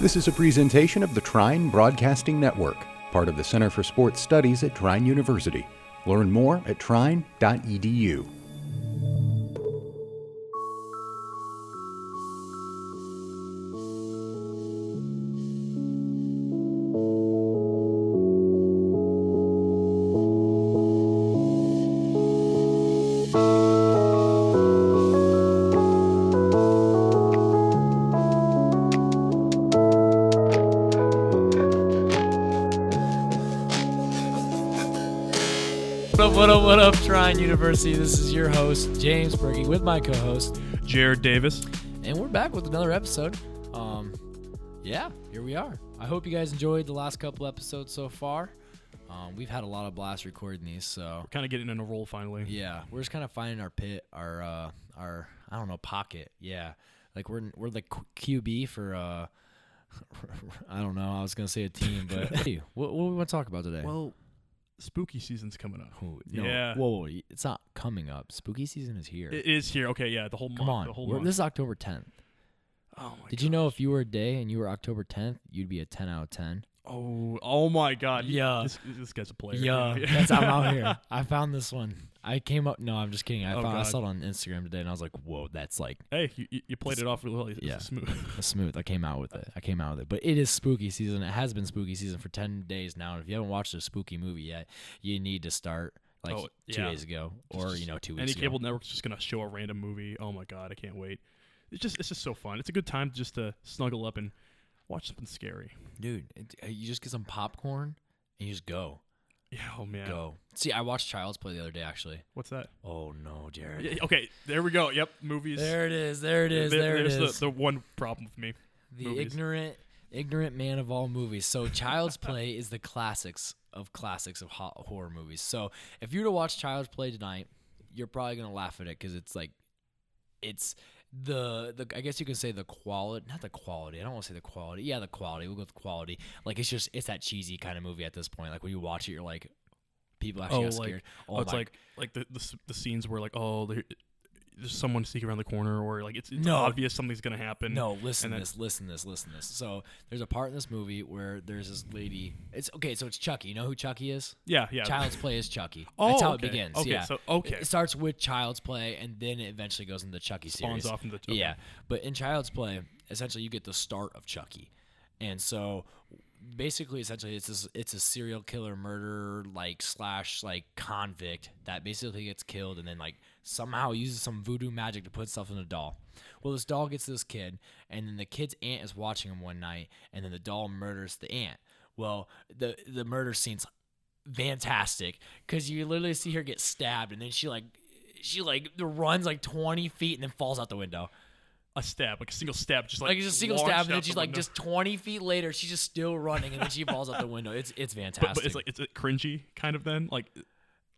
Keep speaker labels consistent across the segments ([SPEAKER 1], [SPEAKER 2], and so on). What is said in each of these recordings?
[SPEAKER 1] This is a presentation of the Trine Broadcasting Network, part of the Center for Sports Studies at Trine University. Learn more at E trine.edu.
[SPEAKER 2] What up, what up, what up, Trine University? This is your host, James Berkey, with my co host,
[SPEAKER 3] Jared Davis.
[SPEAKER 2] and we're back with another episode. Um, yeah, here we are. I hope you guys enjoyed the last couple episodes so far. Um, we've had a lot of blasts recording these, so
[SPEAKER 3] Kind of getting in a roll finally.
[SPEAKER 2] yeah, we're just kind of finding our pit, our, uh, our, I don't know, pocket. Yeah. Like we're, we're the Q- QB for, uh, I don't know, I was going to say a team, but hey, what, what do we want to talk about today?
[SPEAKER 3] Well, spooky season's coming up.
[SPEAKER 2] Ooh, no,
[SPEAKER 3] yeah.
[SPEAKER 2] Whoa, whoa, whoa, it's not coming up. Spooky season is here.
[SPEAKER 3] It is here. Okay, yeah, the whole
[SPEAKER 2] Come
[SPEAKER 3] month.
[SPEAKER 2] on.
[SPEAKER 3] The whole
[SPEAKER 2] We're-
[SPEAKER 3] month.
[SPEAKER 2] This is October 10th.
[SPEAKER 3] oh my
[SPEAKER 2] Did you know if you were a day and you were October 10th, you'd be a 10 out of 10?
[SPEAKER 3] Oh, oh my God.
[SPEAKER 2] Yeah.
[SPEAKER 3] This, this guy's a player.
[SPEAKER 2] that's I'm out here. I found this one. I came up. No, I'm just kidding. I,
[SPEAKER 3] Oh,
[SPEAKER 2] found, I
[SPEAKER 3] God.
[SPEAKER 2] saw it on Instagram today, and I was like, "Whoa, that's like
[SPEAKER 3] Hey, you, you- you played it off really well.
[SPEAKER 2] Yeah.
[SPEAKER 3] Yeah. smooth.
[SPEAKER 2] smooth." I came out with it. I came out with it. But it is spooky season. It has been spooky season for 10 days now. And if you haven't watched a spooky movie yet, you need to start like
[SPEAKER 3] Oh,
[SPEAKER 2] two
[SPEAKER 3] yeah.
[SPEAKER 2] days ago or you know two weeks
[SPEAKER 3] Any
[SPEAKER 2] ago.
[SPEAKER 3] cable network's just gonna show a random movie. Oh my God, I can't wait. It's just it's just so fun. It's a good time just to snuggle up and watch something scary.
[SPEAKER 2] Dude, it- uh, you just get some popcorn and you just go,
[SPEAKER 3] Yeah. Oh man.
[SPEAKER 2] go. See, I watched Child's Play the other day actually.
[SPEAKER 3] What's that?
[SPEAKER 2] Oh no, Jared.
[SPEAKER 3] Yeah, okay, there we go. Yep, movies.
[SPEAKER 2] There it is. There it is.
[SPEAKER 3] There-
[SPEAKER 2] There it
[SPEAKER 3] there's
[SPEAKER 2] is.
[SPEAKER 3] The, the one problem with me.
[SPEAKER 2] the
[SPEAKER 3] movies.
[SPEAKER 2] ignorant ignorant man of all movies so child's play is the classics of classics of ho- horror movies so if you were to watch child's play tonight you're probably gonna laugh at it because it's like it's the, the I guess you can say the quality not the quality I don't want to say the quality yeah the quality we'll go with quality like it's just it's that cheesy kind of movie at this point like when you watch it you're like people actually
[SPEAKER 3] Oh,
[SPEAKER 2] got
[SPEAKER 3] like-
[SPEAKER 2] scared
[SPEAKER 3] Oh, it's
[SPEAKER 2] my-
[SPEAKER 3] like like the, the s- the scenes where like oh there, there's someone sneaking around the corner or like it's, it's
[SPEAKER 2] No.
[SPEAKER 3] obvious something's gonna happen.
[SPEAKER 2] No, listen
[SPEAKER 3] then-
[SPEAKER 2] this, listen this, listen this. So there's a part in this movie where there's this lady. It's okay, so it's Chucky. You know who Chucky is?
[SPEAKER 3] Yeah, yeah.
[SPEAKER 2] Child's Play is Chucky.
[SPEAKER 3] Oh,
[SPEAKER 2] That's how
[SPEAKER 3] okay.
[SPEAKER 2] it begins.
[SPEAKER 3] Okay,
[SPEAKER 2] yeah.
[SPEAKER 3] so- okay.
[SPEAKER 2] It starts with Child's Play, and then it eventually goes into the Chucky
[SPEAKER 3] Spawns
[SPEAKER 2] series.
[SPEAKER 3] off into the- okay.
[SPEAKER 2] Yeah, but in Child's Play, essentially you get the start of Chucky, and so basically, essentially, it's this, it's a serial killer murderer like slash like convict that basically gets killed and then like somehow uses some voodoo magic to put stuff in a doll. Well, this doll gets this kid, and then the kid's aunt is watching him one night, and then the doll murders the aunt. Well, the the murder scene's fantastic because you literally see her get stabbed and then she like she like runs like 20 feet and then falls out the window
[SPEAKER 3] a stab, like a single stab, just like
[SPEAKER 2] like it's just a single
[SPEAKER 3] launched
[SPEAKER 2] stab and then
[SPEAKER 3] out the
[SPEAKER 2] she's like
[SPEAKER 3] window.
[SPEAKER 2] just 20 feet later she's just still running and then she falls out the window it's it's fantastic
[SPEAKER 3] But, but it's like it's uh, cringy kind of then like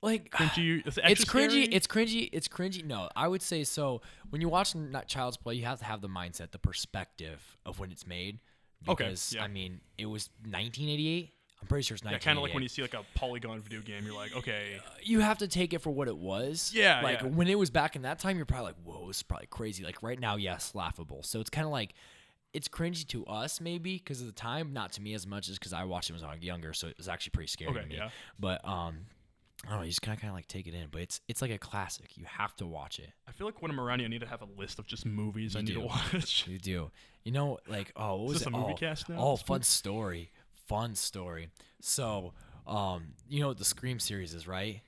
[SPEAKER 2] like
[SPEAKER 3] cringy.
[SPEAKER 2] it's
[SPEAKER 3] It's, extra
[SPEAKER 2] cringy.
[SPEAKER 3] scary?
[SPEAKER 2] It's cringy. It's cringy. No, I would say so. When you watch not Child's Play, you have to have the mindset, the perspective of when it's made.
[SPEAKER 3] Okay,
[SPEAKER 2] Because
[SPEAKER 3] yeah.
[SPEAKER 2] I mean, it was 1988. I'm pretty sure it's
[SPEAKER 3] yeah,
[SPEAKER 2] 1988.
[SPEAKER 3] kind of like when you see like a polygon video game, you're like okay,
[SPEAKER 2] you have to take it for what it was.
[SPEAKER 3] Yeah,
[SPEAKER 2] Like
[SPEAKER 3] yeah.
[SPEAKER 2] when it was back in that time, you're probably like, whoa, this is probably crazy. Like right now, yes, laughable. So it's kind of like, it's cringy to us maybe because of the time, not to me as much as because I watched it when I was younger, so it was actually pretty scary to
[SPEAKER 3] Okay,
[SPEAKER 2] me.
[SPEAKER 3] yeah.
[SPEAKER 2] But um, I don't know, you just kind of kind of like take it in, but it's it's like a classic. You have to watch it.
[SPEAKER 3] I feel like when I'm around you, I need to have a list of just movies I need
[SPEAKER 2] do.
[SPEAKER 3] to watch.
[SPEAKER 2] You do. You know, like oh, what was
[SPEAKER 3] this
[SPEAKER 2] it?
[SPEAKER 3] a movie
[SPEAKER 2] oh,
[SPEAKER 3] cast now?
[SPEAKER 2] Oh,
[SPEAKER 3] This
[SPEAKER 2] fun story. Fun story. So, um, you know what the Scream series is, right?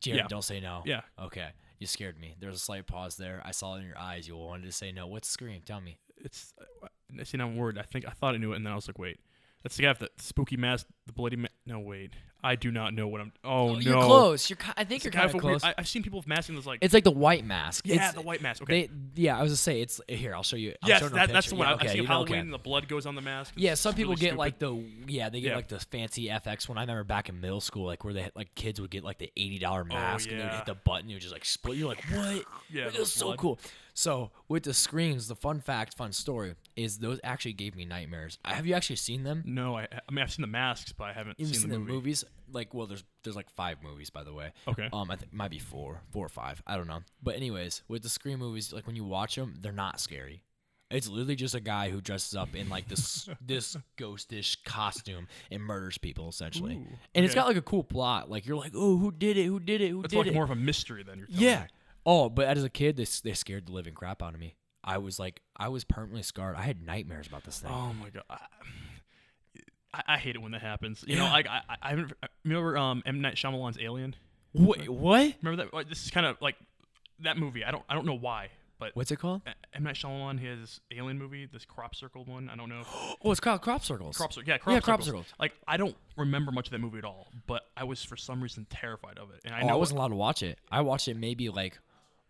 [SPEAKER 2] Jared,
[SPEAKER 3] Yeah.
[SPEAKER 2] don't say no.
[SPEAKER 3] Yeah.
[SPEAKER 2] Okay. You scared me. There was a slight pause there. I saw it in your eyes. You wanted to say no. What's Scream? Tell me.
[SPEAKER 3] It's uh, see now I'm worried. I think I thought I knew it, and then I was like wait. That's the guy with the spooky mask, the bloody ma- No, wait. I do not know what I'm. Oh, no.
[SPEAKER 2] You're close. You're. ki- I think
[SPEAKER 3] It's
[SPEAKER 2] you're
[SPEAKER 3] the guy
[SPEAKER 2] kind of
[SPEAKER 3] with a weird-
[SPEAKER 2] close.
[SPEAKER 3] I, I've seen people with masks and it's like,
[SPEAKER 2] it's like the white mask.
[SPEAKER 3] yeah,
[SPEAKER 2] It's-
[SPEAKER 3] the white mask. Okay.
[SPEAKER 2] They, yeah, I was gonna say it's here. I'll show you. I'm
[SPEAKER 3] yes,
[SPEAKER 2] showing her a
[SPEAKER 3] that, that's
[SPEAKER 2] picture.
[SPEAKER 3] the one.
[SPEAKER 2] Yeah,
[SPEAKER 3] I-
[SPEAKER 2] okay,
[SPEAKER 3] I see
[SPEAKER 2] you know-
[SPEAKER 3] Halloween
[SPEAKER 2] okay.
[SPEAKER 3] and the blood goes on the mask. It's-
[SPEAKER 2] Yeah, some
[SPEAKER 3] it's
[SPEAKER 2] people
[SPEAKER 3] really
[SPEAKER 2] get
[SPEAKER 3] stupid.
[SPEAKER 2] like the yeah, they get
[SPEAKER 3] Yeah.
[SPEAKER 2] like the fancy FX one. I remember back in middle school, like where they had, like kids would get like the eighty dollar mask and they would
[SPEAKER 3] Oh, yeah.
[SPEAKER 2] hit the button, you would just like split. You're like, what?
[SPEAKER 3] Yeah,
[SPEAKER 2] it
[SPEAKER 3] the
[SPEAKER 2] was so
[SPEAKER 3] blood.
[SPEAKER 2] cool. So with the screams, the fun fact, fun story is those actually gave me nightmares. I- Have you actually seen them?
[SPEAKER 3] No, I, I mean I've seen the masks, but I haven't
[SPEAKER 2] You've
[SPEAKER 3] seen, the movie.
[SPEAKER 2] movies? Like, well, there's there's like five movies, by the way.
[SPEAKER 3] Okay.
[SPEAKER 2] Um, I think might be four, four or five. I don't know. But anyways, with the scream movies, like when you watch them, they're not scary. It's literally just a guy who dresses up in like this this ghostish costume and murders people essentially. and
[SPEAKER 3] Ooh,
[SPEAKER 2] it's
[SPEAKER 3] okay.
[SPEAKER 2] got like a cool plot. Like you're like, oh, who did it? Who did it? Who
[SPEAKER 3] It's
[SPEAKER 2] did
[SPEAKER 3] like
[SPEAKER 2] it?
[SPEAKER 3] more of a mystery than you're. telling
[SPEAKER 2] yeah.
[SPEAKER 3] me.
[SPEAKER 2] Oh, but as a kid, they s- they scared the living crap out of me. I was like, I was permanently scarred. I had nightmares about this thing.
[SPEAKER 3] Oh my god. I, I, I hate it when that happens. You know,
[SPEAKER 2] Yeah.
[SPEAKER 3] like I, I, I haven't- I remember um, M Night Shyamalan's Alien.
[SPEAKER 2] Wait, what?
[SPEAKER 3] Remember that? like, This is kind of like that movie. I don't, I don't know why, but
[SPEAKER 2] What's it called?
[SPEAKER 3] A- M Night Shyamalan his Alien movie, this crop circle one. I don't know.
[SPEAKER 2] Oh, it's called crop circles.
[SPEAKER 3] crop circle, yeah, crop,
[SPEAKER 2] Yeah, crop
[SPEAKER 3] circles.
[SPEAKER 2] circles.
[SPEAKER 3] Like I don't remember much of that movie at all, but I was for some reason terrified of it, and I
[SPEAKER 2] Oh, I
[SPEAKER 3] know
[SPEAKER 2] wasn't allowed to watch it. I watched it maybe like,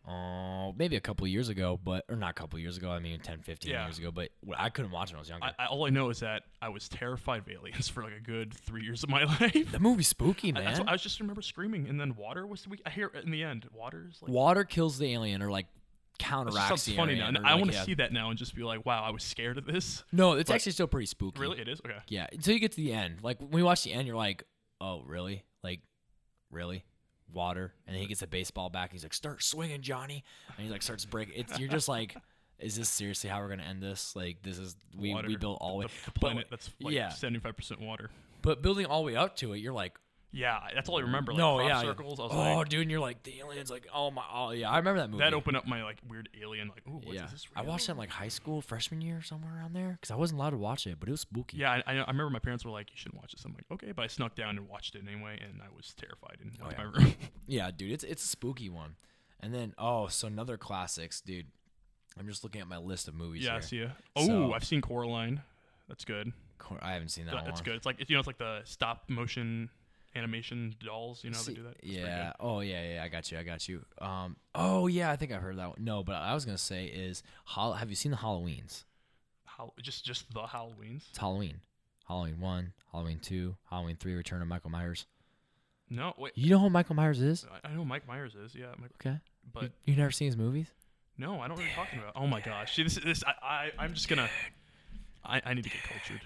[SPEAKER 2] oh, maybe a couple years ago, but or not a couple years ago. I mean, 10, 15
[SPEAKER 3] Yeah.
[SPEAKER 2] years ago. But well, I couldn't watch it when I was younger.
[SPEAKER 3] I, I, all I know is that I was terrified of aliens for like a good three years of my life.
[SPEAKER 2] that movie's spooky,
[SPEAKER 3] I,
[SPEAKER 2] man.
[SPEAKER 3] that's what- I was just remember screaming, and then water was the week. I hear in the end, water is like
[SPEAKER 2] Water kills the alien, or like
[SPEAKER 3] It
[SPEAKER 2] counteracts
[SPEAKER 3] just sounds
[SPEAKER 2] the
[SPEAKER 3] funny now.
[SPEAKER 2] alien.
[SPEAKER 3] and
[SPEAKER 2] or,
[SPEAKER 3] I
[SPEAKER 2] like,
[SPEAKER 3] want to
[SPEAKER 2] yeah.
[SPEAKER 3] see that now and just be like, wow, I was scared of this.
[SPEAKER 2] No, it's
[SPEAKER 3] but-
[SPEAKER 2] actually still pretty spooky.
[SPEAKER 3] Really, it is okay.
[SPEAKER 2] Yeah. Until you get to the end, like when you watch the end, you're like, oh, really? Like, really? Water, and then he gets the baseball back. And he's like, start swinging, Johnny, and he like starts breaking. It's you're just like. Is this seriously how we're gonna end this? Like this is we,
[SPEAKER 3] water,
[SPEAKER 2] we built all
[SPEAKER 3] the,
[SPEAKER 2] way.
[SPEAKER 3] the
[SPEAKER 2] but,
[SPEAKER 3] planet that's like
[SPEAKER 2] yeah.
[SPEAKER 3] seventy five percent water.
[SPEAKER 2] But building all the way up to it, you're like,
[SPEAKER 3] Yeah, that's all I remember. Like,
[SPEAKER 2] no,
[SPEAKER 3] crop
[SPEAKER 2] yeah,
[SPEAKER 3] circles. I was
[SPEAKER 2] oh,
[SPEAKER 3] like,
[SPEAKER 2] dude, and you're like the aliens, like, oh my, oh yeah, I remember that movie.
[SPEAKER 3] that opened up my like weird alien. Like, ooh, what's
[SPEAKER 2] yeah,
[SPEAKER 3] is this?
[SPEAKER 2] I
[SPEAKER 3] real?
[SPEAKER 2] watched that in like high school, freshman year, somewhere around there, because I wasn't allowed to watch it, but it was spooky.
[SPEAKER 3] Yeah, I, I I remember my parents were like, "You shouldn't watch this." I'm like, "Okay," but I snuck down and watched it anyway, and I was terrified and went to my room.
[SPEAKER 2] Oh, yeah, dude, it's it's a spooky one. And then oh, so another classics, dude. I'm just looking at my list of movies.
[SPEAKER 3] yeah, I
[SPEAKER 2] here.
[SPEAKER 3] see ya. Oh,
[SPEAKER 2] So-
[SPEAKER 3] I've seen Coraline. That's good.
[SPEAKER 2] Cor- I haven't seen that
[SPEAKER 3] That-
[SPEAKER 2] one.
[SPEAKER 3] That's good. It's like you know, it's like the stop motion animation dolls. You know, how
[SPEAKER 2] See-
[SPEAKER 3] they do that. It's pretty good.
[SPEAKER 2] yeah. Oh yeah, yeah. I got you. I got you. Um. Oh yeah, I think I've heard that one. No, but I was gonna say is, Hol- have you seen the Halloweens?
[SPEAKER 3] How, just just the Halloweens.
[SPEAKER 2] It's Halloween. Halloween one, Halloween two, Halloween three, Return of Michael Myers.
[SPEAKER 3] No, wait.
[SPEAKER 2] You know who Michael Myers is?
[SPEAKER 3] I- I know who Mike Myers is. Yeah, Mike,
[SPEAKER 2] Okay.
[SPEAKER 3] but
[SPEAKER 2] you, you never seen his movies?
[SPEAKER 3] no, I don't know what you're talking about. Oh my gosh, see this this I, I I'm just gonna. I, I need to get cultured.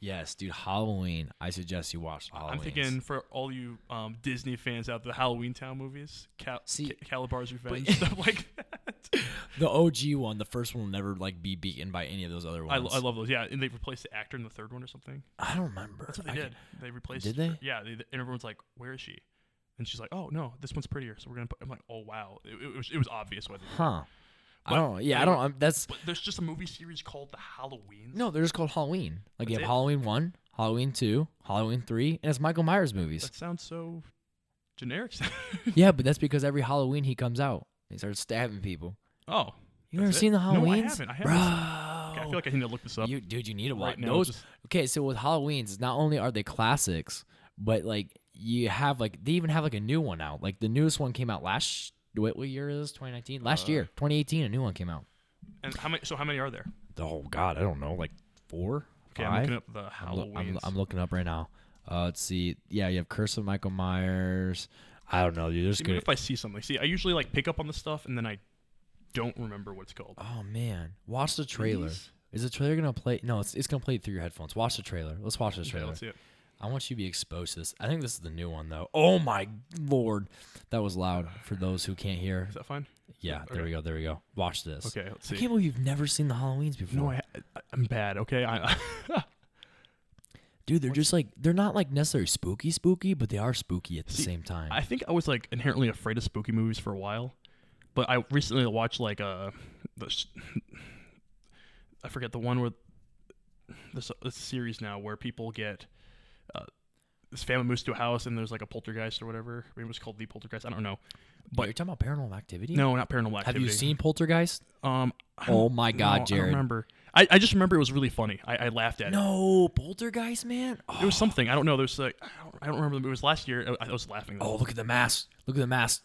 [SPEAKER 2] Yes, dude. Halloween. I suggest you watch Halloween.
[SPEAKER 3] I'm thinking for all you um, Disney fans out there, the Halloween Town movies, Cal-
[SPEAKER 2] See-
[SPEAKER 3] Ca- Calabar's Revenge, stuff like that.
[SPEAKER 2] the OG one. The first one will never like be beaten by any of those other
[SPEAKER 3] I,
[SPEAKER 2] ones.
[SPEAKER 3] lo- I love those. Yeah, and they replaced the actor in the third one or something.
[SPEAKER 2] I don't remember.
[SPEAKER 3] That's what they
[SPEAKER 2] I
[SPEAKER 3] did.
[SPEAKER 2] can-
[SPEAKER 3] They replaced.
[SPEAKER 2] Did they?
[SPEAKER 3] Yeah, they, and everyone's like, "Where is she?" And she's like, "Oh no, this one's prettier." So we're gonna. Put, I'm like, "Oh wow, it, it was it was obvious why they." did it.
[SPEAKER 2] Huh. I
[SPEAKER 3] But-
[SPEAKER 2] don't. Yeah, I don't. I'm, that's
[SPEAKER 3] But there's just a movie series called The Halloween.
[SPEAKER 2] no. They're just called Halloween. Like you
[SPEAKER 3] That's
[SPEAKER 2] have
[SPEAKER 3] it?
[SPEAKER 2] Halloween one, Halloween two, Halloween three, and it's Michael Myers movies.
[SPEAKER 3] that sounds so generic.
[SPEAKER 2] yeah, but that's because every Halloween he comes out. He starts stabbing people.
[SPEAKER 3] oh,
[SPEAKER 2] You
[SPEAKER 3] That's
[SPEAKER 2] never
[SPEAKER 3] it?
[SPEAKER 2] seen the
[SPEAKER 3] No, I
[SPEAKER 2] Halloween?
[SPEAKER 3] haven't. I haven't.
[SPEAKER 2] Bro.
[SPEAKER 3] okay, I feel like I need to look this up.
[SPEAKER 2] You, dude, you need to watch
[SPEAKER 3] Right now,
[SPEAKER 2] those.
[SPEAKER 3] just-
[SPEAKER 2] Okay, so with Halloween's, not only are they classics, but like you have like they even have like a new one out. Like the newest one came out last. What, what year is 2019? Last year, 2018, a new one came out.
[SPEAKER 3] and how many? So how many are there?
[SPEAKER 2] Oh God, I don't know, like four,
[SPEAKER 3] Okay, i I'm
[SPEAKER 2] five.
[SPEAKER 3] looking up the
[SPEAKER 2] I'm loo-
[SPEAKER 3] Halloween.
[SPEAKER 2] I'm, I'm looking up right now. Uh, let's see. Yeah, you have Curse of Michael Myers. I don't know, dude. There's
[SPEAKER 3] Even
[SPEAKER 2] good.
[SPEAKER 3] if I see something, see, I usually like pick up on the stuff and then I don't remember what it's called.
[SPEAKER 2] oh man, watch the trailer.
[SPEAKER 3] Please?
[SPEAKER 2] Is the trailer gonna play? No, it's it's gonna play through your headphones. Watch the trailer. Let's watch the
[SPEAKER 3] Okay,
[SPEAKER 2] trailer.
[SPEAKER 3] let's see it.
[SPEAKER 2] I want you to be exposed to this. I think this is the new one though. Oh my lord, that was loud for those who can't hear.
[SPEAKER 3] Is that fine?
[SPEAKER 2] Yeah, there we go, there we go. Watch this.
[SPEAKER 3] Okay, let's
[SPEAKER 2] I
[SPEAKER 3] see.
[SPEAKER 2] can't believe you've never seen the Halloweens before.
[SPEAKER 3] No, I, I- I'm bad. Okay, I,
[SPEAKER 2] Dude, they're just like they're not like necessarily spooky, spooky, but they are spooky at the
[SPEAKER 3] See,
[SPEAKER 2] same time.
[SPEAKER 3] I think I was like inherently afraid of spooky movies for a while, but I recently watched like uh, the, sh- I forget the one where this this series now where people get. uh, This family moves to a house and there's like a poltergeist or whatever. Maybe it was called the poltergeist. I don't know.
[SPEAKER 2] but you're talking about Paranormal Activity.
[SPEAKER 3] No, not paranormal
[SPEAKER 2] have
[SPEAKER 3] activity.
[SPEAKER 2] you seen Poltergeist?
[SPEAKER 3] Um. I
[SPEAKER 2] Oh
[SPEAKER 3] don't-
[SPEAKER 2] my God,
[SPEAKER 3] no, I
[SPEAKER 2] Jared.
[SPEAKER 3] don't remember. I, I just remember it was really funny. I, I laughed at it.
[SPEAKER 2] No, Poltergeist, man. Oh,
[SPEAKER 3] It was something. I don't know. There's like I don't, I don't remember. the- It was last year. I, I was laughing.
[SPEAKER 2] oh,
[SPEAKER 3] though.
[SPEAKER 2] look at the mask. Look at the mask.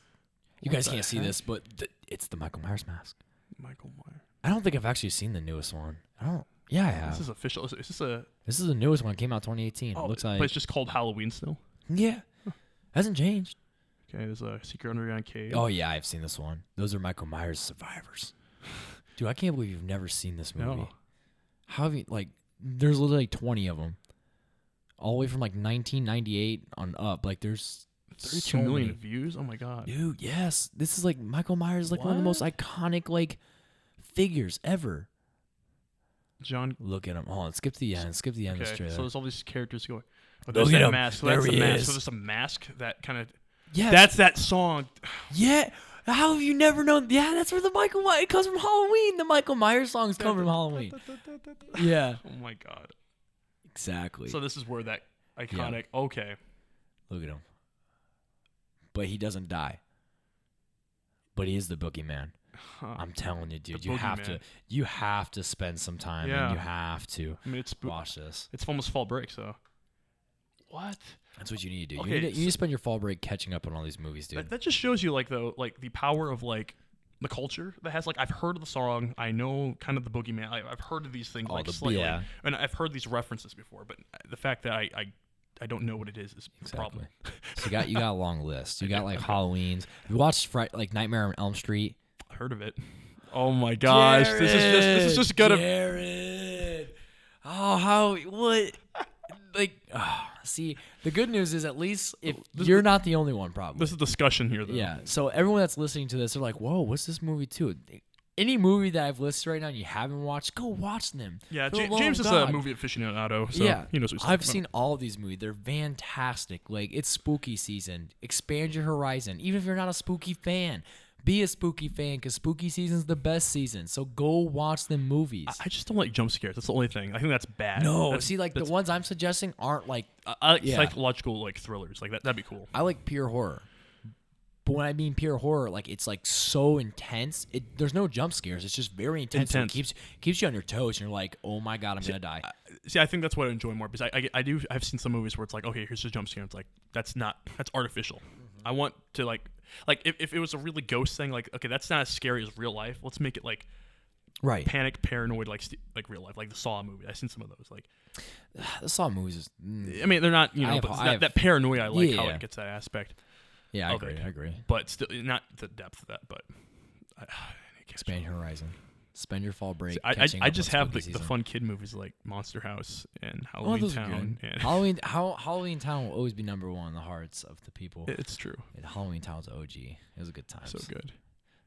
[SPEAKER 2] You guys
[SPEAKER 3] the
[SPEAKER 2] can't see
[SPEAKER 3] heck?
[SPEAKER 2] this, but th- it's the Michael Myers mask.
[SPEAKER 3] Michael Myers.
[SPEAKER 2] I don't think I've actually seen the newest one. I don't. Yeah, I have.
[SPEAKER 3] This is official. Is, is this a?
[SPEAKER 2] This is the newest one. It came out 2018.
[SPEAKER 3] Oh,
[SPEAKER 2] it looks
[SPEAKER 3] but
[SPEAKER 2] like
[SPEAKER 3] it's just called Halloween still.
[SPEAKER 2] yeah, hasn't changed.
[SPEAKER 3] Okay, there's a secret underground cave.
[SPEAKER 2] Oh yeah, I've seen this one. Those are Michael Myers survivors. Dude, I can't believe you've never seen this movie.
[SPEAKER 3] no.
[SPEAKER 2] How have you like? There's literally like 20 of them, all the way from like 1998 on up. Like there's
[SPEAKER 3] Thirty-two
[SPEAKER 2] so
[SPEAKER 3] million
[SPEAKER 2] many.
[SPEAKER 3] views. Oh my god.
[SPEAKER 2] Dude, yes, this is like Michael Myers, is, like one of the most iconic like figures ever.
[SPEAKER 3] John.
[SPEAKER 2] Look at him. Hold on. Skip to the end. Skip to the end of this
[SPEAKER 3] Okay,
[SPEAKER 2] trailer.
[SPEAKER 3] so there's all these characters going. Oh,
[SPEAKER 2] Look
[SPEAKER 3] there's
[SPEAKER 2] at
[SPEAKER 3] that
[SPEAKER 2] him.
[SPEAKER 3] mask. So
[SPEAKER 2] There
[SPEAKER 3] that's
[SPEAKER 2] he
[SPEAKER 3] the mask.
[SPEAKER 2] is.
[SPEAKER 3] So there's a mask that kind of.
[SPEAKER 2] yeah.
[SPEAKER 3] That's that song.
[SPEAKER 2] Yeah. How have you never known? Yeah, that's where the Michael Myers it comes from Halloween. The Michael Myers songs come from Halloween. Yeah.
[SPEAKER 3] Oh my god.
[SPEAKER 2] Exactly.
[SPEAKER 3] So this is where that iconic. Okay.
[SPEAKER 2] Look at him. But he doesn't die. But he is the boogeyman.
[SPEAKER 3] Huh.
[SPEAKER 2] I'm telling you, dude.
[SPEAKER 3] The
[SPEAKER 2] You have
[SPEAKER 3] boogeyman.
[SPEAKER 2] to you have to spend some time
[SPEAKER 3] Yeah.
[SPEAKER 2] and you have to
[SPEAKER 3] I mean, it's spoo-
[SPEAKER 2] watch this.
[SPEAKER 3] it's almost fall break, so. What?
[SPEAKER 2] That's what you need to do. you,
[SPEAKER 3] Okay,
[SPEAKER 2] need to, you need to spend your fall break catching up on all these movies, dude.
[SPEAKER 3] That, that just shows you like though like the power of like the culture that has like I've heard of the song, I know kind of the boogeyman. I, I've heard of these things
[SPEAKER 2] Oh,
[SPEAKER 3] like
[SPEAKER 2] the-
[SPEAKER 3] slightly,
[SPEAKER 2] yeah.
[SPEAKER 3] and I've heard these references before, but the fact that I I, I don't know what it is is the problem.
[SPEAKER 2] so you got you got a long list. You got like Halloween's. You watched Fri- like Nightmare on Elm Street.
[SPEAKER 3] I heard of it. Oh my gosh, this is just this is just gonna.
[SPEAKER 2] Jared. Oh, how what? Like, ah, see, the good news is at least if you're not the only one, probably.
[SPEAKER 3] This is discussion here though.
[SPEAKER 2] yeah. So everyone that's listening to this, they're like, "Whoa, what's this movie too?" Any movie that I've listed right now and you haven't watched, go watch them.
[SPEAKER 3] Yeah,
[SPEAKER 2] For the
[SPEAKER 3] Ja-
[SPEAKER 2] love
[SPEAKER 3] James
[SPEAKER 2] of
[SPEAKER 3] is a
[SPEAKER 2] God.
[SPEAKER 3] movie aficionado, so
[SPEAKER 2] yeah,
[SPEAKER 3] he knows what he's
[SPEAKER 2] I've
[SPEAKER 3] talking
[SPEAKER 2] seen all of these movies. They're fantastic. Like it's spooky season. Expand your horizon. Even if you're not a spooky fan, be a spooky fan because spooky season's the best season. So go watch them movies.
[SPEAKER 3] about. I just don't like jump scares. That's the only thing. I think that's bad.
[SPEAKER 2] No,
[SPEAKER 3] That's-
[SPEAKER 2] see, like the ones I'm suggesting aren't like
[SPEAKER 3] I, I like
[SPEAKER 2] yeah.
[SPEAKER 3] Uh, psychological like thrillers. Like that, that'd be cool.
[SPEAKER 2] I like pure horror, but when I mean pure horror, like it's like so intense. It there's no jump scares. It's just very intense. so
[SPEAKER 3] Intense. uh,
[SPEAKER 2] it keeps keeps you on your toes, and you're like, oh my god, I'm gonna die.
[SPEAKER 3] See, I think that's what I enjoy more because I, I, I do I've seen some movies where it's like okay here's the jump scare it's like that's not that's artificial.
[SPEAKER 2] Mm-hmm.
[SPEAKER 3] I want to like like if, if it was a really ghost thing like okay that's not as scary as real life. Let's make it like
[SPEAKER 2] right.
[SPEAKER 3] panic paranoid like st- like real life like the Saw movie. I've seen some of those like
[SPEAKER 2] The Saw movies is mm,
[SPEAKER 3] I mean they're not you
[SPEAKER 2] I
[SPEAKER 3] know
[SPEAKER 2] have-
[SPEAKER 3] but
[SPEAKER 2] I
[SPEAKER 3] that,
[SPEAKER 2] have-
[SPEAKER 3] that paranoia I like how
[SPEAKER 2] Yeah.
[SPEAKER 3] it gets that aspect
[SPEAKER 2] yeah, I
[SPEAKER 3] Okay.
[SPEAKER 2] agree. I agree.
[SPEAKER 3] but still not the depth of that but I, it gets-
[SPEAKER 2] Expand your horizon. Spend your fall break.
[SPEAKER 3] I, I,
[SPEAKER 2] catching
[SPEAKER 3] I
[SPEAKER 2] up
[SPEAKER 3] just
[SPEAKER 2] on
[SPEAKER 3] have the,
[SPEAKER 2] spooky
[SPEAKER 3] the
[SPEAKER 2] season.
[SPEAKER 3] fun kid movies like Monster House and
[SPEAKER 2] Oh,
[SPEAKER 3] Halloween
[SPEAKER 2] those are
[SPEAKER 3] Town
[SPEAKER 2] good.
[SPEAKER 3] and
[SPEAKER 2] Halloween, how, Halloween Town will always be number one in the hearts of the people.
[SPEAKER 3] it's true
[SPEAKER 2] And Halloween Town's OG. It was a good times.
[SPEAKER 3] so good.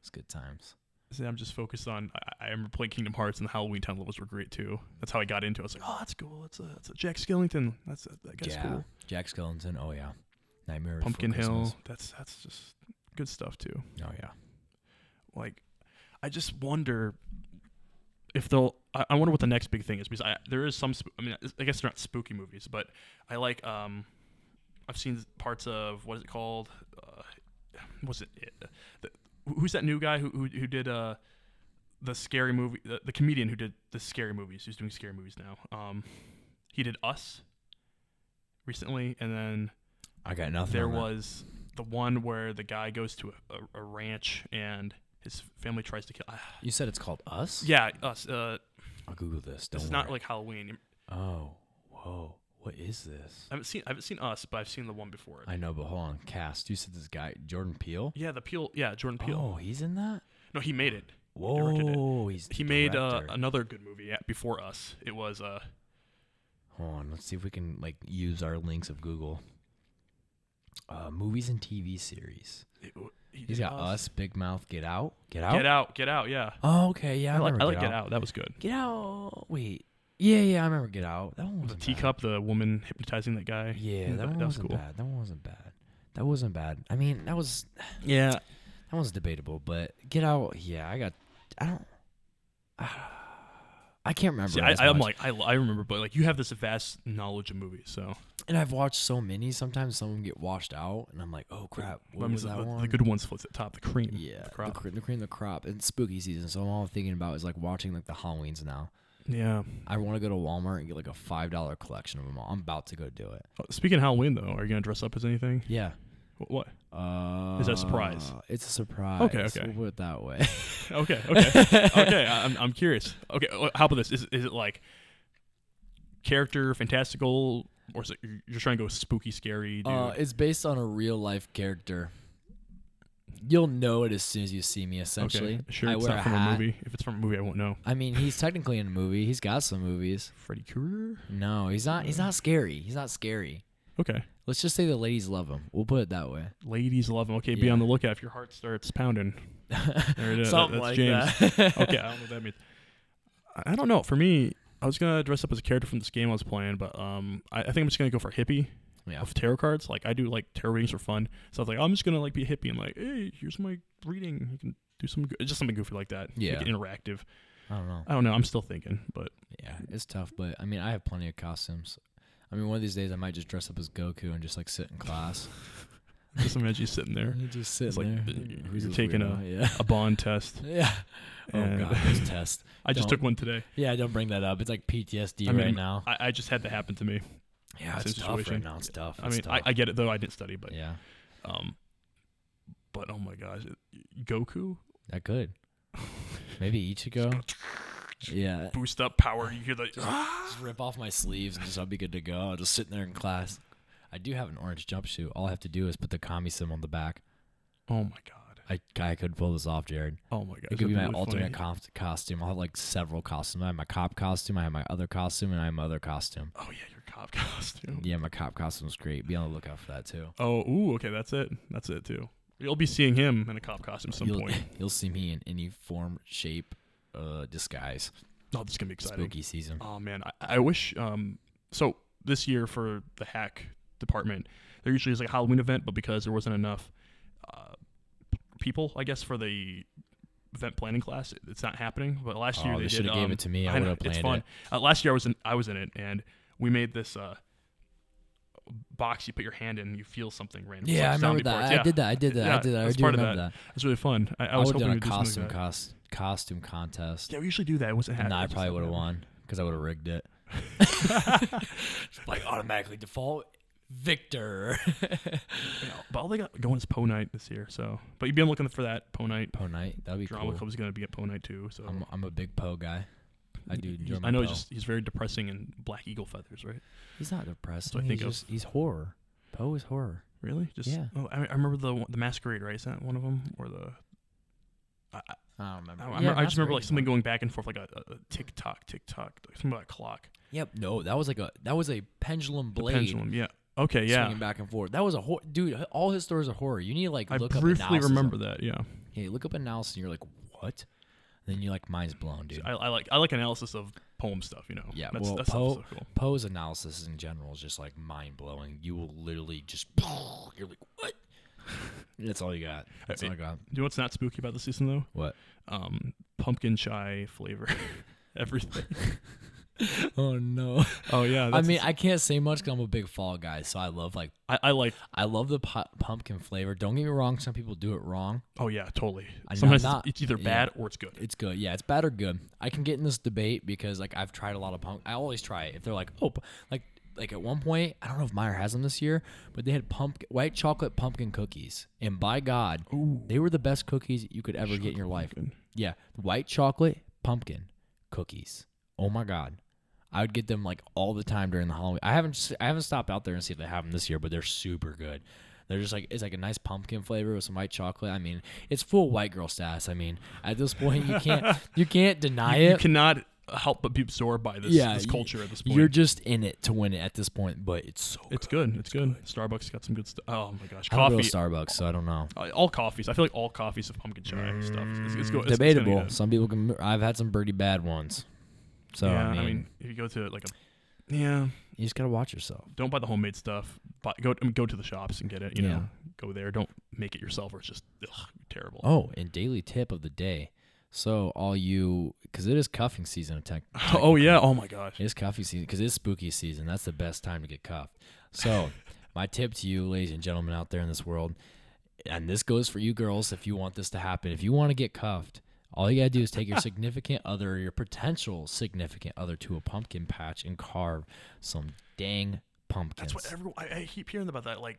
[SPEAKER 2] It's good times.
[SPEAKER 3] See, I'm just focused on. I, I remember playing Kingdom Hearts, and the Halloween Town levels were great too. That's how I got into. it. I was like, oh, that's cool. That's a, that's a Jack Skellington. That's a, that guy's
[SPEAKER 2] yeah.
[SPEAKER 3] cool.
[SPEAKER 2] Jack Skellington. Oh yeah. Nightmare. Before
[SPEAKER 3] Pumpkin
[SPEAKER 2] Christmas.
[SPEAKER 3] Hill. That's that's just good stuff too.
[SPEAKER 2] Oh yeah.
[SPEAKER 3] Like, I just wonder if they'll. I, I wonder what the next big thing is because I there is some. Sp- I mean, I guess they're not spooky movies, but I like. Um, I've seen parts of what is it called? Uh, was it? it the, who's that new guy who who, who did uh the scary movie? The, the comedian who did the scary movies, who's doing scary movies now. Um, he did Us recently, and then
[SPEAKER 2] I got nothing.
[SPEAKER 3] there
[SPEAKER 2] on that.
[SPEAKER 3] was the one where the guy goes to a, a, a ranch and his family tries to kill. ah,
[SPEAKER 2] You said it's called Us.
[SPEAKER 3] yeah, us. Uh,
[SPEAKER 2] I'll Google this. Don't
[SPEAKER 3] this is
[SPEAKER 2] worry.
[SPEAKER 3] not like Halloween.
[SPEAKER 2] Oh. Whoa. What is this?
[SPEAKER 3] I haven't seen I haven't seen Us, but I've seen the one before. it.
[SPEAKER 2] I know, but hold on. Cast. You said this guy Jordan Peele.
[SPEAKER 3] yeah, the Peel. Yeah, Jordan Peele.
[SPEAKER 2] Oh, he's in that.
[SPEAKER 3] No, he made it. He directed it.
[SPEAKER 2] Whoa. He's. the
[SPEAKER 3] He made uh,
[SPEAKER 2] director.
[SPEAKER 3] another good movie yeah, before Us. It was uh,
[SPEAKER 2] Hold on, let's see if we can like use our links of Google. Uh, movies and TV series.
[SPEAKER 3] it, w- he
[SPEAKER 2] He's
[SPEAKER 3] did
[SPEAKER 2] got Us, Big Mouth, Get Out, Get Out.
[SPEAKER 3] Get out, get out. Yeah,
[SPEAKER 2] Oh, okay, yeah, I,
[SPEAKER 3] I like
[SPEAKER 2] remember
[SPEAKER 3] I like
[SPEAKER 2] Get
[SPEAKER 3] Get Out. That was good.
[SPEAKER 2] Get Out. Wait, yeah, yeah, I remember Get Out. That one
[SPEAKER 3] The
[SPEAKER 2] wasn't bad.
[SPEAKER 3] teacup, the woman hypnotizing that guy.
[SPEAKER 2] Yeah, that, one
[SPEAKER 3] was
[SPEAKER 2] wasn't
[SPEAKER 3] cool.
[SPEAKER 2] bad. That one wasn't bad. That wasn't bad. I mean, that was
[SPEAKER 3] Yeah,
[SPEAKER 2] that one's debatable, but Get Out. Yeah, I got. I don't. I can't remember.
[SPEAKER 3] See, I,
[SPEAKER 2] as
[SPEAKER 3] I'm
[SPEAKER 2] much.
[SPEAKER 3] like I, I remember, but like you have this vast knowledge of movies, so
[SPEAKER 2] and I've watched so many. Sometimes some of them get washed out, and I'm like, oh crap,
[SPEAKER 3] I
[SPEAKER 2] what
[SPEAKER 3] mean,
[SPEAKER 2] was
[SPEAKER 3] the,
[SPEAKER 2] that
[SPEAKER 3] the- the
[SPEAKER 2] one?
[SPEAKER 3] good ones floats at the top, the cream,
[SPEAKER 2] Yeah,
[SPEAKER 3] the
[SPEAKER 2] the,
[SPEAKER 3] crop.
[SPEAKER 2] cre- the cream, of the crop, and spooky season. So all I'm thinking about is like watching like the Halloweens now.
[SPEAKER 3] yeah.
[SPEAKER 2] I want to go to Walmart and get like a five dollar collection of them all. I'm about to go do it.
[SPEAKER 3] Oh, Speaking of Halloween, though, are you gonna dress up as anything?
[SPEAKER 2] Yeah,
[SPEAKER 3] Wh- What?
[SPEAKER 2] uh,
[SPEAKER 3] that a surprise?
[SPEAKER 2] It's a surprise.
[SPEAKER 3] Okay, okay.
[SPEAKER 2] We'll put it that way.
[SPEAKER 3] Okay, okay, okay. I- I'm I'm curious. Okay, uh, how about this? Is is it like character fantastical, or is it you're- you're trying to go spooky, scary? Dude?
[SPEAKER 2] uh, it's based on a real life character. You'll know it as soon as you see me. Essentially,
[SPEAKER 3] okay, sure.
[SPEAKER 2] I
[SPEAKER 3] it's
[SPEAKER 2] wear
[SPEAKER 3] not
[SPEAKER 2] a
[SPEAKER 3] from
[SPEAKER 2] hat.
[SPEAKER 3] a movie. If it's from a movie, I won't know.
[SPEAKER 2] I mean, he's technically in a movie. He's got some movies.
[SPEAKER 3] Freddy Krueger.
[SPEAKER 2] No, he's not. He's not scary. He's not scary.
[SPEAKER 3] Okay,
[SPEAKER 2] Let's just say the ladies love him. We'll put it that way.
[SPEAKER 3] ladies love him. Okay, be
[SPEAKER 2] Yeah.
[SPEAKER 3] on the lookout if your heart starts pounding. There it is. That-
[SPEAKER 2] Something like
[SPEAKER 3] That's James.
[SPEAKER 2] that.
[SPEAKER 3] okay, I don't know what that means. I don't know. For me, I was gonna dress up as a character from this game I was playing, but um, I, I think I'm just gonna go for hippie
[SPEAKER 2] Yeah.
[SPEAKER 3] of tarot cards. Like I do like tarot readings for fun, so I was like, I'm just gonna like be a hippie and like, hey, here's my reading. You can do some go-" just something goofy like that.
[SPEAKER 2] Yeah.
[SPEAKER 3] make it interactive.
[SPEAKER 2] I don't know.
[SPEAKER 3] I don't know. I'm still thinking, but
[SPEAKER 2] Yeah, it's tough, but I mean, I have plenty of costumes. I mean, one of these days I might just dress up as Goku and just like sit in class.
[SPEAKER 3] just imagine you sitting there,
[SPEAKER 2] just sitting
[SPEAKER 3] It's like
[SPEAKER 2] there.
[SPEAKER 3] the-
[SPEAKER 2] Who's
[SPEAKER 3] you're
[SPEAKER 2] this
[SPEAKER 3] taking
[SPEAKER 2] weirdo? yeah.
[SPEAKER 3] a bond test.
[SPEAKER 2] Yeah. Oh
[SPEAKER 3] And-
[SPEAKER 2] god, those tests.
[SPEAKER 3] I just
[SPEAKER 2] Don't.
[SPEAKER 3] took one today.
[SPEAKER 2] Yeah, don't bring that up. It's like PTSD
[SPEAKER 3] I mean,
[SPEAKER 2] right now.
[SPEAKER 3] I, I just had that happen to me.
[SPEAKER 2] yeah,
[SPEAKER 3] it's
[SPEAKER 2] it's
[SPEAKER 3] a
[SPEAKER 2] tough right
[SPEAKER 3] situation.
[SPEAKER 2] now. It's tough.
[SPEAKER 3] I
[SPEAKER 2] it's
[SPEAKER 3] mean, I,
[SPEAKER 2] tough.
[SPEAKER 3] I get it though. I didn't study, but
[SPEAKER 2] yeah,
[SPEAKER 3] um, but oh my gosh, it- Goku
[SPEAKER 2] that could. Maybe Ichigo. yeah.
[SPEAKER 3] boost up power. You hear the
[SPEAKER 2] Just rip off my sleeves and just I'll be good to go. I'll just sit there in class. I do have an orange jumpsuit. All I have to do is put the commie sim on the back.
[SPEAKER 3] oh my god,
[SPEAKER 2] I, I could pull this off, Jared.
[SPEAKER 3] oh my god.
[SPEAKER 2] It could be my alternate cof- costume. I'll have like several costumes. I have my cop costume, I have my other costume, and I have my other costume.
[SPEAKER 3] oh yeah, your cop costume.
[SPEAKER 2] Yeah, my cop costume's great. Be on the lookout for that too.
[SPEAKER 3] Oh, ooh, okay, that's it. That's it too. You'll be seeing him in a cop costume some
[SPEAKER 2] you'll,
[SPEAKER 3] point.
[SPEAKER 2] you'll see me in any form, shape, uh, disguise.
[SPEAKER 3] Oh, this is gonna be exciting.
[SPEAKER 2] Spooky season.
[SPEAKER 3] Oh man, I, I wish. Um, so this year for the hack department, there usually is like a Halloween event, but because there wasn't enough uh, people, I guess for the event planning class, it- it's not happening. But last year
[SPEAKER 2] Oh,
[SPEAKER 3] they,
[SPEAKER 2] they
[SPEAKER 3] did.
[SPEAKER 2] shoulda gave
[SPEAKER 3] um,
[SPEAKER 2] it to me. I
[SPEAKER 3] know,
[SPEAKER 2] woulda
[SPEAKER 3] It's
[SPEAKER 2] planned
[SPEAKER 3] fun.
[SPEAKER 2] it.
[SPEAKER 3] Uh, last year I was in. I was in it, and we made this. Uh, box you put your hand in and you feel something random It's
[SPEAKER 2] Yeah,
[SPEAKER 3] like
[SPEAKER 2] I remember
[SPEAKER 3] zombie
[SPEAKER 2] that.
[SPEAKER 3] parts.
[SPEAKER 2] I did that. I did that. I
[SPEAKER 3] Yeah,
[SPEAKER 2] did that. I
[SPEAKER 3] that's
[SPEAKER 2] do
[SPEAKER 3] part of
[SPEAKER 2] remember
[SPEAKER 3] that. It's really fun. I, I
[SPEAKER 2] I
[SPEAKER 3] was
[SPEAKER 2] would have
[SPEAKER 3] hoping
[SPEAKER 2] done a
[SPEAKER 3] we'd do something like
[SPEAKER 2] costume cost,
[SPEAKER 3] that.
[SPEAKER 2] costume contest.
[SPEAKER 3] Yeah, we usually do that. It wasn't happening.
[SPEAKER 2] and I
[SPEAKER 3] It's just
[SPEAKER 2] probably
[SPEAKER 3] like
[SPEAKER 2] would have
[SPEAKER 3] whatever.
[SPEAKER 2] won because I would have rigged it. Just, like automatically default victor.
[SPEAKER 3] Yeah, but all they got going is Poe Night this year. So, but you'd be looking for that Poe Night.
[SPEAKER 2] Poe night. That'd be
[SPEAKER 3] Drama
[SPEAKER 2] cool.
[SPEAKER 3] Club's gonna be at Poe Night too. So
[SPEAKER 2] I'm, I'm a big Poe guy. I do
[SPEAKER 3] He's-
[SPEAKER 2] enjoy my
[SPEAKER 3] I know.
[SPEAKER 2] Poe.
[SPEAKER 3] He's just he's very depressing and Black Eagle feathers, right?
[SPEAKER 2] He's not depressed.
[SPEAKER 3] what I
[SPEAKER 2] he's
[SPEAKER 3] think of.
[SPEAKER 2] just he's horror. Poe is horror.
[SPEAKER 3] Really? Just
[SPEAKER 2] Yeah.
[SPEAKER 3] Oh, I, I remember the one- the Masquerade, right? Is that one of them or the? I, I,
[SPEAKER 2] I don't remember.
[SPEAKER 3] Oh, I, remember- I just remember like something going back and forth, like a, a, a tick tock, tick tock, like something about a clock,
[SPEAKER 2] Yep. No, that was like a that was a pendulum
[SPEAKER 3] the
[SPEAKER 2] blade
[SPEAKER 3] pendulum. Yeah. Okay. Yeah.
[SPEAKER 2] swinging back and forth. That was a hor- dude. All his stories are horror. You need to like
[SPEAKER 3] I
[SPEAKER 2] look up
[SPEAKER 3] briefly
[SPEAKER 2] analysis.
[SPEAKER 3] remember that. Yeah.
[SPEAKER 2] Yeah, you look up analysis, and you're like, what? And then you're like, mind's blown, dude.
[SPEAKER 3] I, I like I like analysis of poem stuff. You know.
[SPEAKER 2] yeah.
[SPEAKER 3] That's,
[SPEAKER 2] well,
[SPEAKER 3] that's
[SPEAKER 2] Poe
[SPEAKER 3] so cool.
[SPEAKER 2] Poe's analysis in general is just like mind blowing. You will literally just you're like, what? That's all you got. That's all I got.
[SPEAKER 3] You know what's not spooky about the season though?
[SPEAKER 2] What?
[SPEAKER 3] um, pumpkin chai flavor. Everything.
[SPEAKER 2] Oh no.
[SPEAKER 3] Oh yeah.
[SPEAKER 2] I mean, I can't say much because I'm a big Fall guy, so I love like
[SPEAKER 3] I, I like.
[SPEAKER 2] I love the pu- pumpkin flavor. Don't get me wrong; some people do it wrong.
[SPEAKER 3] Oh yeah, totally.
[SPEAKER 2] I know
[SPEAKER 3] Sometimes
[SPEAKER 2] not-
[SPEAKER 3] it's, it's either
[SPEAKER 2] yeah.
[SPEAKER 3] bad or it's good.
[SPEAKER 2] It's good, yeah. It's bad or good. I can get in this debate because like I've tried a lot of pumpkin. I always try it. If they're like, oh, pu- like like at one point, I don't know if Meyer has them this year, but they had pumpkin white chocolate pumpkin cookies, and by God, they were the best cookies you could ever get in your life. Yeah, white chocolate pumpkin cookies. Oh my god, I would get them like all the time during the Halloween. I haven't s- I haven't stopped out there and see if they have them this year, but they're super good. They're just like it's like a nice pumpkin flavor with some white chocolate. I mean, it's full white girl status. I mean, at this point, you can't you can't deny
[SPEAKER 3] You
[SPEAKER 2] it.
[SPEAKER 3] cannot help but be absorbed by this, this
[SPEAKER 2] you-
[SPEAKER 3] culture at this point.
[SPEAKER 2] You're just in it to win it at this point, but it's so
[SPEAKER 3] it's good. It's good. Starbucks got some good stuff. Oh my gosh,
[SPEAKER 2] I don't go
[SPEAKER 3] coffee.
[SPEAKER 2] to Starbucks, so I don't know.
[SPEAKER 3] uh, all coffees. I feel like all coffees have pumpkin chai stuff. It's, it's go- it's- it's gonna be
[SPEAKER 2] Debatable.
[SPEAKER 3] good.
[SPEAKER 2] Some people can. I've had some pretty bad ones. So
[SPEAKER 3] yeah,
[SPEAKER 2] I, mean,
[SPEAKER 3] if you go to like a, yeah,
[SPEAKER 2] you just gotta watch yourself.
[SPEAKER 3] don't buy the homemade stuff. Buy, go I mean, go to the shops and get it. You
[SPEAKER 2] Yeah.
[SPEAKER 3] know, go there. Don't make it yourself, or it's just ugh, terrible.
[SPEAKER 2] Oh, and daily tip of the day. So all you, because it is cuffing season. Tech,
[SPEAKER 3] oh yeah. Oh my gosh.
[SPEAKER 2] It's cuffing season because it's spooky season. That's the best time to get cuffed. So, my tip to you, ladies and gentlemen out there in this world, and this goes for you girls if you want this to happen, if you want to get cuffed, all you got to do is take your significant other, your potential significant other, to a pumpkin patch and carve some dang pumpkins.
[SPEAKER 3] That's what everyone. I, I keep hearing about that. Like,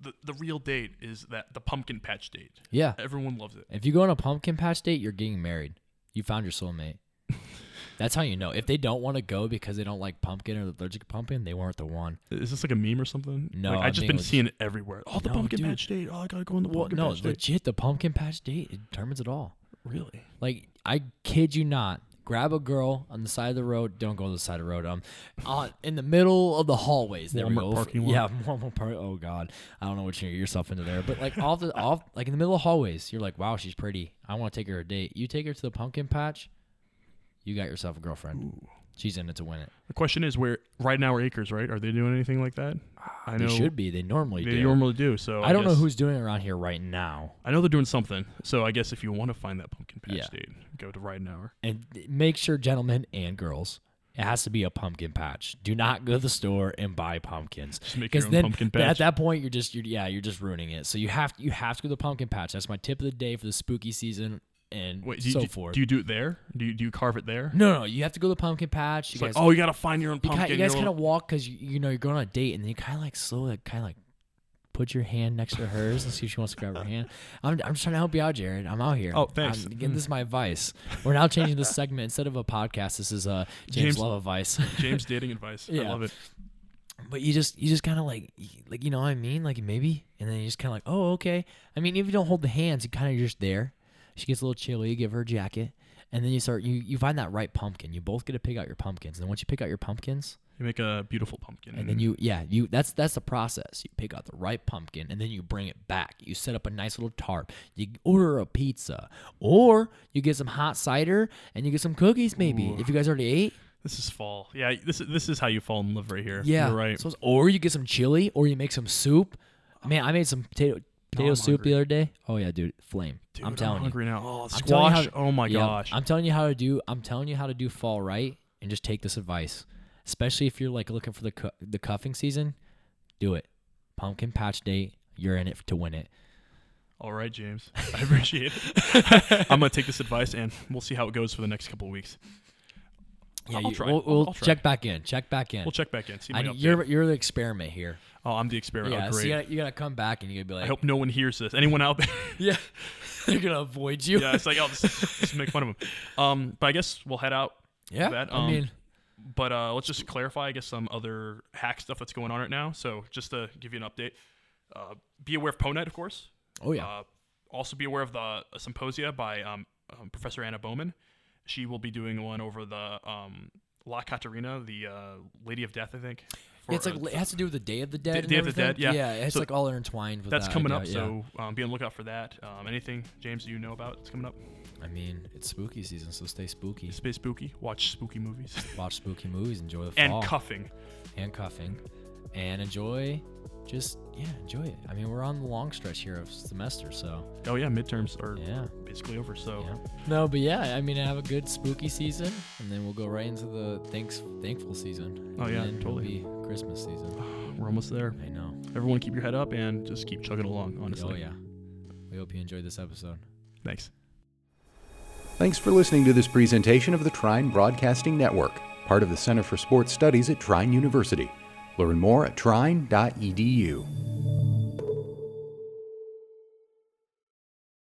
[SPEAKER 3] the the real date is that the pumpkin patch date.
[SPEAKER 2] yeah.
[SPEAKER 3] Everyone loves it.
[SPEAKER 2] If you go on a pumpkin patch date, you're getting married. You found your soulmate. That's how you know. If they don't want to go because they don't like pumpkin or allergic to pumpkin, they weren't the one.
[SPEAKER 3] Is this like a meme or something?
[SPEAKER 2] No,
[SPEAKER 3] like,
[SPEAKER 2] I
[SPEAKER 3] I've just
[SPEAKER 2] think
[SPEAKER 3] been
[SPEAKER 2] it was-
[SPEAKER 3] seeing it everywhere. Oh, the
[SPEAKER 2] No,
[SPEAKER 3] pumpkin
[SPEAKER 2] dude.
[SPEAKER 3] patch date. Oh, I gotta go on the
[SPEAKER 2] Well,
[SPEAKER 3] pumpkin
[SPEAKER 2] no,
[SPEAKER 3] patch date.
[SPEAKER 2] legit, the pumpkin patch date it determines it all.
[SPEAKER 3] Really?
[SPEAKER 2] Like, I kid you not. Grab a girl on the side of the road. Don't go to the side of the road. Um, on, in the middle of the hallways. There we
[SPEAKER 3] Walmart
[SPEAKER 2] go.
[SPEAKER 3] parking lot.
[SPEAKER 2] Yeah, Walmart park. Oh God, I don't know what you get yourself into there. But like off the off, like in the middle of hallways, you're like, wow, she's pretty. I want to take her a date. You take her to the pumpkin patch. You got yourself a girlfriend. She's in it to win it.
[SPEAKER 3] The question is where right now are Acres right? Are they doing anything like that? I know
[SPEAKER 2] Ah, they should be. They normally
[SPEAKER 3] they
[SPEAKER 2] do.
[SPEAKER 3] normally do. So
[SPEAKER 2] I don't know
[SPEAKER 3] guess-
[SPEAKER 2] who's doing it around here right now.
[SPEAKER 3] I know they're doing something. So I guess if you want to find that pumpkin patch
[SPEAKER 2] Yeah.
[SPEAKER 3] date, go to Ridenauer.
[SPEAKER 2] And make sure, gentlemen and girls, it has to be a pumpkin patch. Do not go to the store and buy pumpkins.
[SPEAKER 3] Just make your
[SPEAKER 2] Because
[SPEAKER 3] own
[SPEAKER 2] then
[SPEAKER 3] pumpkin
[SPEAKER 2] th- at
[SPEAKER 3] patch.
[SPEAKER 2] that point you're just you're yeah you're just ruining it. So you have you have to go to the pumpkin patch. That's my tip of the day for the spooky season and
[SPEAKER 3] Wait, do you,
[SPEAKER 2] so
[SPEAKER 3] do,
[SPEAKER 2] forth.
[SPEAKER 3] do you do it there? Do you do you carve it there?
[SPEAKER 2] no, no, you have to go to the pumpkin patch. You
[SPEAKER 3] It's like,
[SPEAKER 2] guys,
[SPEAKER 3] oh, you gotta find your own
[SPEAKER 2] you, ki-
[SPEAKER 3] pumpkin.
[SPEAKER 2] you guys
[SPEAKER 3] your
[SPEAKER 2] kind
[SPEAKER 3] own-
[SPEAKER 2] of walk because you, you know you're going on a date and then you kind of like slowly like, kind of like put your hand next to hers and see if she wants to grab her hand. I'm I'm just trying to help you out, Jared. I'm out here.
[SPEAKER 3] Oh, thanks.
[SPEAKER 2] I'm- again, this is my advice. We're now changing this segment instead of a podcast. This is uh, James,
[SPEAKER 3] James-
[SPEAKER 2] Love advice.
[SPEAKER 3] James dating advice. I
[SPEAKER 2] Yeah.
[SPEAKER 3] love it.
[SPEAKER 2] but you just you just kind of like y- like you know what I mean like maybe and then you just kind of like oh okay I mean if you don't hold the hands you kind of just there she gets a little chilly you give her a jacket and then you start you you find that right pumpkin you both get to pick out your pumpkins and then once you pick out your pumpkins
[SPEAKER 3] You make a beautiful pumpkin.
[SPEAKER 2] and then you yeah you that's that's the process you pick out the right pumpkin and then you bring it back you set up a nice little tarp you order a pizza or you get some hot cider and you get some cookies maybe if you guys already ate
[SPEAKER 3] This is fall. Yeah, this is this is how you fall in love right here.
[SPEAKER 2] Yeah,
[SPEAKER 3] You're right.
[SPEAKER 2] So it's- or you get some chili, or you make some soup. Man, I made some potato potato
[SPEAKER 3] I'm
[SPEAKER 2] soup
[SPEAKER 3] hungry.
[SPEAKER 2] the other day. Oh yeah, dude, flame.
[SPEAKER 3] Dude,
[SPEAKER 2] I'm telling you.
[SPEAKER 3] hungry now. Oh,
[SPEAKER 2] I'm telling you how
[SPEAKER 3] squash.
[SPEAKER 2] to-
[SPEAKER 3] Oh my
[SPEAKER 2] yeah,
[SPEAKER 3] gosh.
[SPEAKER 2] I'm telling you how to do. I'm telling you how to do fall right, and just take this advice. Especially if you're like looking for the cu- the cuffing season, do it. Pumpkin patch date. You're in it to win it.
[SPEAKER 3] All right, James. I appreciate it. I'm gonna take this advice and we'll see how it goes for the next couple of weeks.
[SPEAKER 2] Yeah,
[SPEAKER 3] I'll
[SPEAKER 2] you-
[SPEAKER 3] try.
[SPEAKER 2] We'll,
[SPEAKER 3] I'll-
[SPEAKER 2] we'll
[SPEAKER 3] I'll try.
[SPEAKER 2] check back in. Check back in.
[SPEAKER 3] We'll check back in. See
[SPEAKER 2] I,
[SPEAKER 3] my
[SPEAKER 2] need-
[SPEAKER 3] update.
[SPEAKER 2] you're you're the experiment here.
[SPEAKER 3] Oh, I'm the experiment.
[SPEAKER 2] yeah,
[SPEAKER 3] oh,
[SPEAKER 2] so
[SPEAKER 3] great.
[SPEAKER 2] you gotta, you gotta come back and you gotta be like,
[SPEAKER 3] I hope no one hears this. Anyone out there?
[SPEAKER 2] yeah, they're gonna avoid you.
[SPEAKER 3] yeah, it's like, oh, this, just make fun of him. Um, but I guess we'll head out.
[SPEAKER 2] Yeah,
[SPEAKER 3] That,
[SPEAKER 2] I
[SPEAKER 3] um,
[SPEAKER 2] mean,
[SPEAKER 3] But uh, let's just clarify, I guess, some other hack stuff that's going on right now. So just to give you an update, uh, be aware of Poe Night, of course.
[SPEAKER 2] oh yeah.
[SPEAKER 3] Uh, also, be aware of the uh, symposia by um, um, Professor Anna Bowman. She will be doing one over the um, La Caterina, the uh, Lady of Death, I think. for,
[SPEAKER 2] it's like
[SPEAKER 3] uh,
[SPEAKER 2] it has to do with the Day of the Dead. and
[SPEAKER 3] Day of the
[SPEAKER 2] everything.
[SPEAKER 3] Dead, yeah.
[SPEAKER 2] it's
[SPEAKER 3] So
[SPEAKER 2] like all intertwined with
[SPEAKER 3] that's
[SPEAKER 2] that
[SPEAKER 3] coming up,
[SPEAKER 2] idea, yeah.
[SPEAKER 3] so um, be on the lookout for that. Um, anything, James, you know about? It's coming up.
[SPEAKER 2] I mean, it's spooky season, so stay spooky.
[SPEAKER 3] Space spooky. Watch spooky movies.
[SPEAKER 2] Watch spooky movies, enjoy the
[SPEAKER 3] and
[SPEAKER 2] fall,
[SPEAKER 3] cuffing.
[SPEAKER 2] handcuffing, and enjoy. Just yeah, enjoy it. I mean, we're on the long stretch here of semester, so
[SPEAKER 3] Oh yeah, midterms are
[SPEAKER 2] Yeah.
[SPEAKER 3] basically over. So
[SPEAKER 2] yeah. No, but yeah, I mean, have a good spooky season, and then we'll go right into the thanks thankful season.
[SPEAKER 3] Oh,
[SPEAKER 2] and
[SPEAKER 3] yeah,
[SPEAKER 2] then it'll
[SPEAKER 3] totally.
[SPEAKER 2] be Christmas season.
[SPEAKER 3] we're almost there.
[SPEAKER 2] I know.
[SPEAKER 3] Everyone, keep your head up and just keep chugging along. Honestly.
[SPEAKER 2] Oh yeah. We hope you enjoyed this episode.
[SPEAKER 3] Thanks.
[SPEAKER 1] Thanks for listening to this presentation of the Trine Broadcasting Network, E part of the Center for Sports Studies at Trine University. Learn more at trine.edu.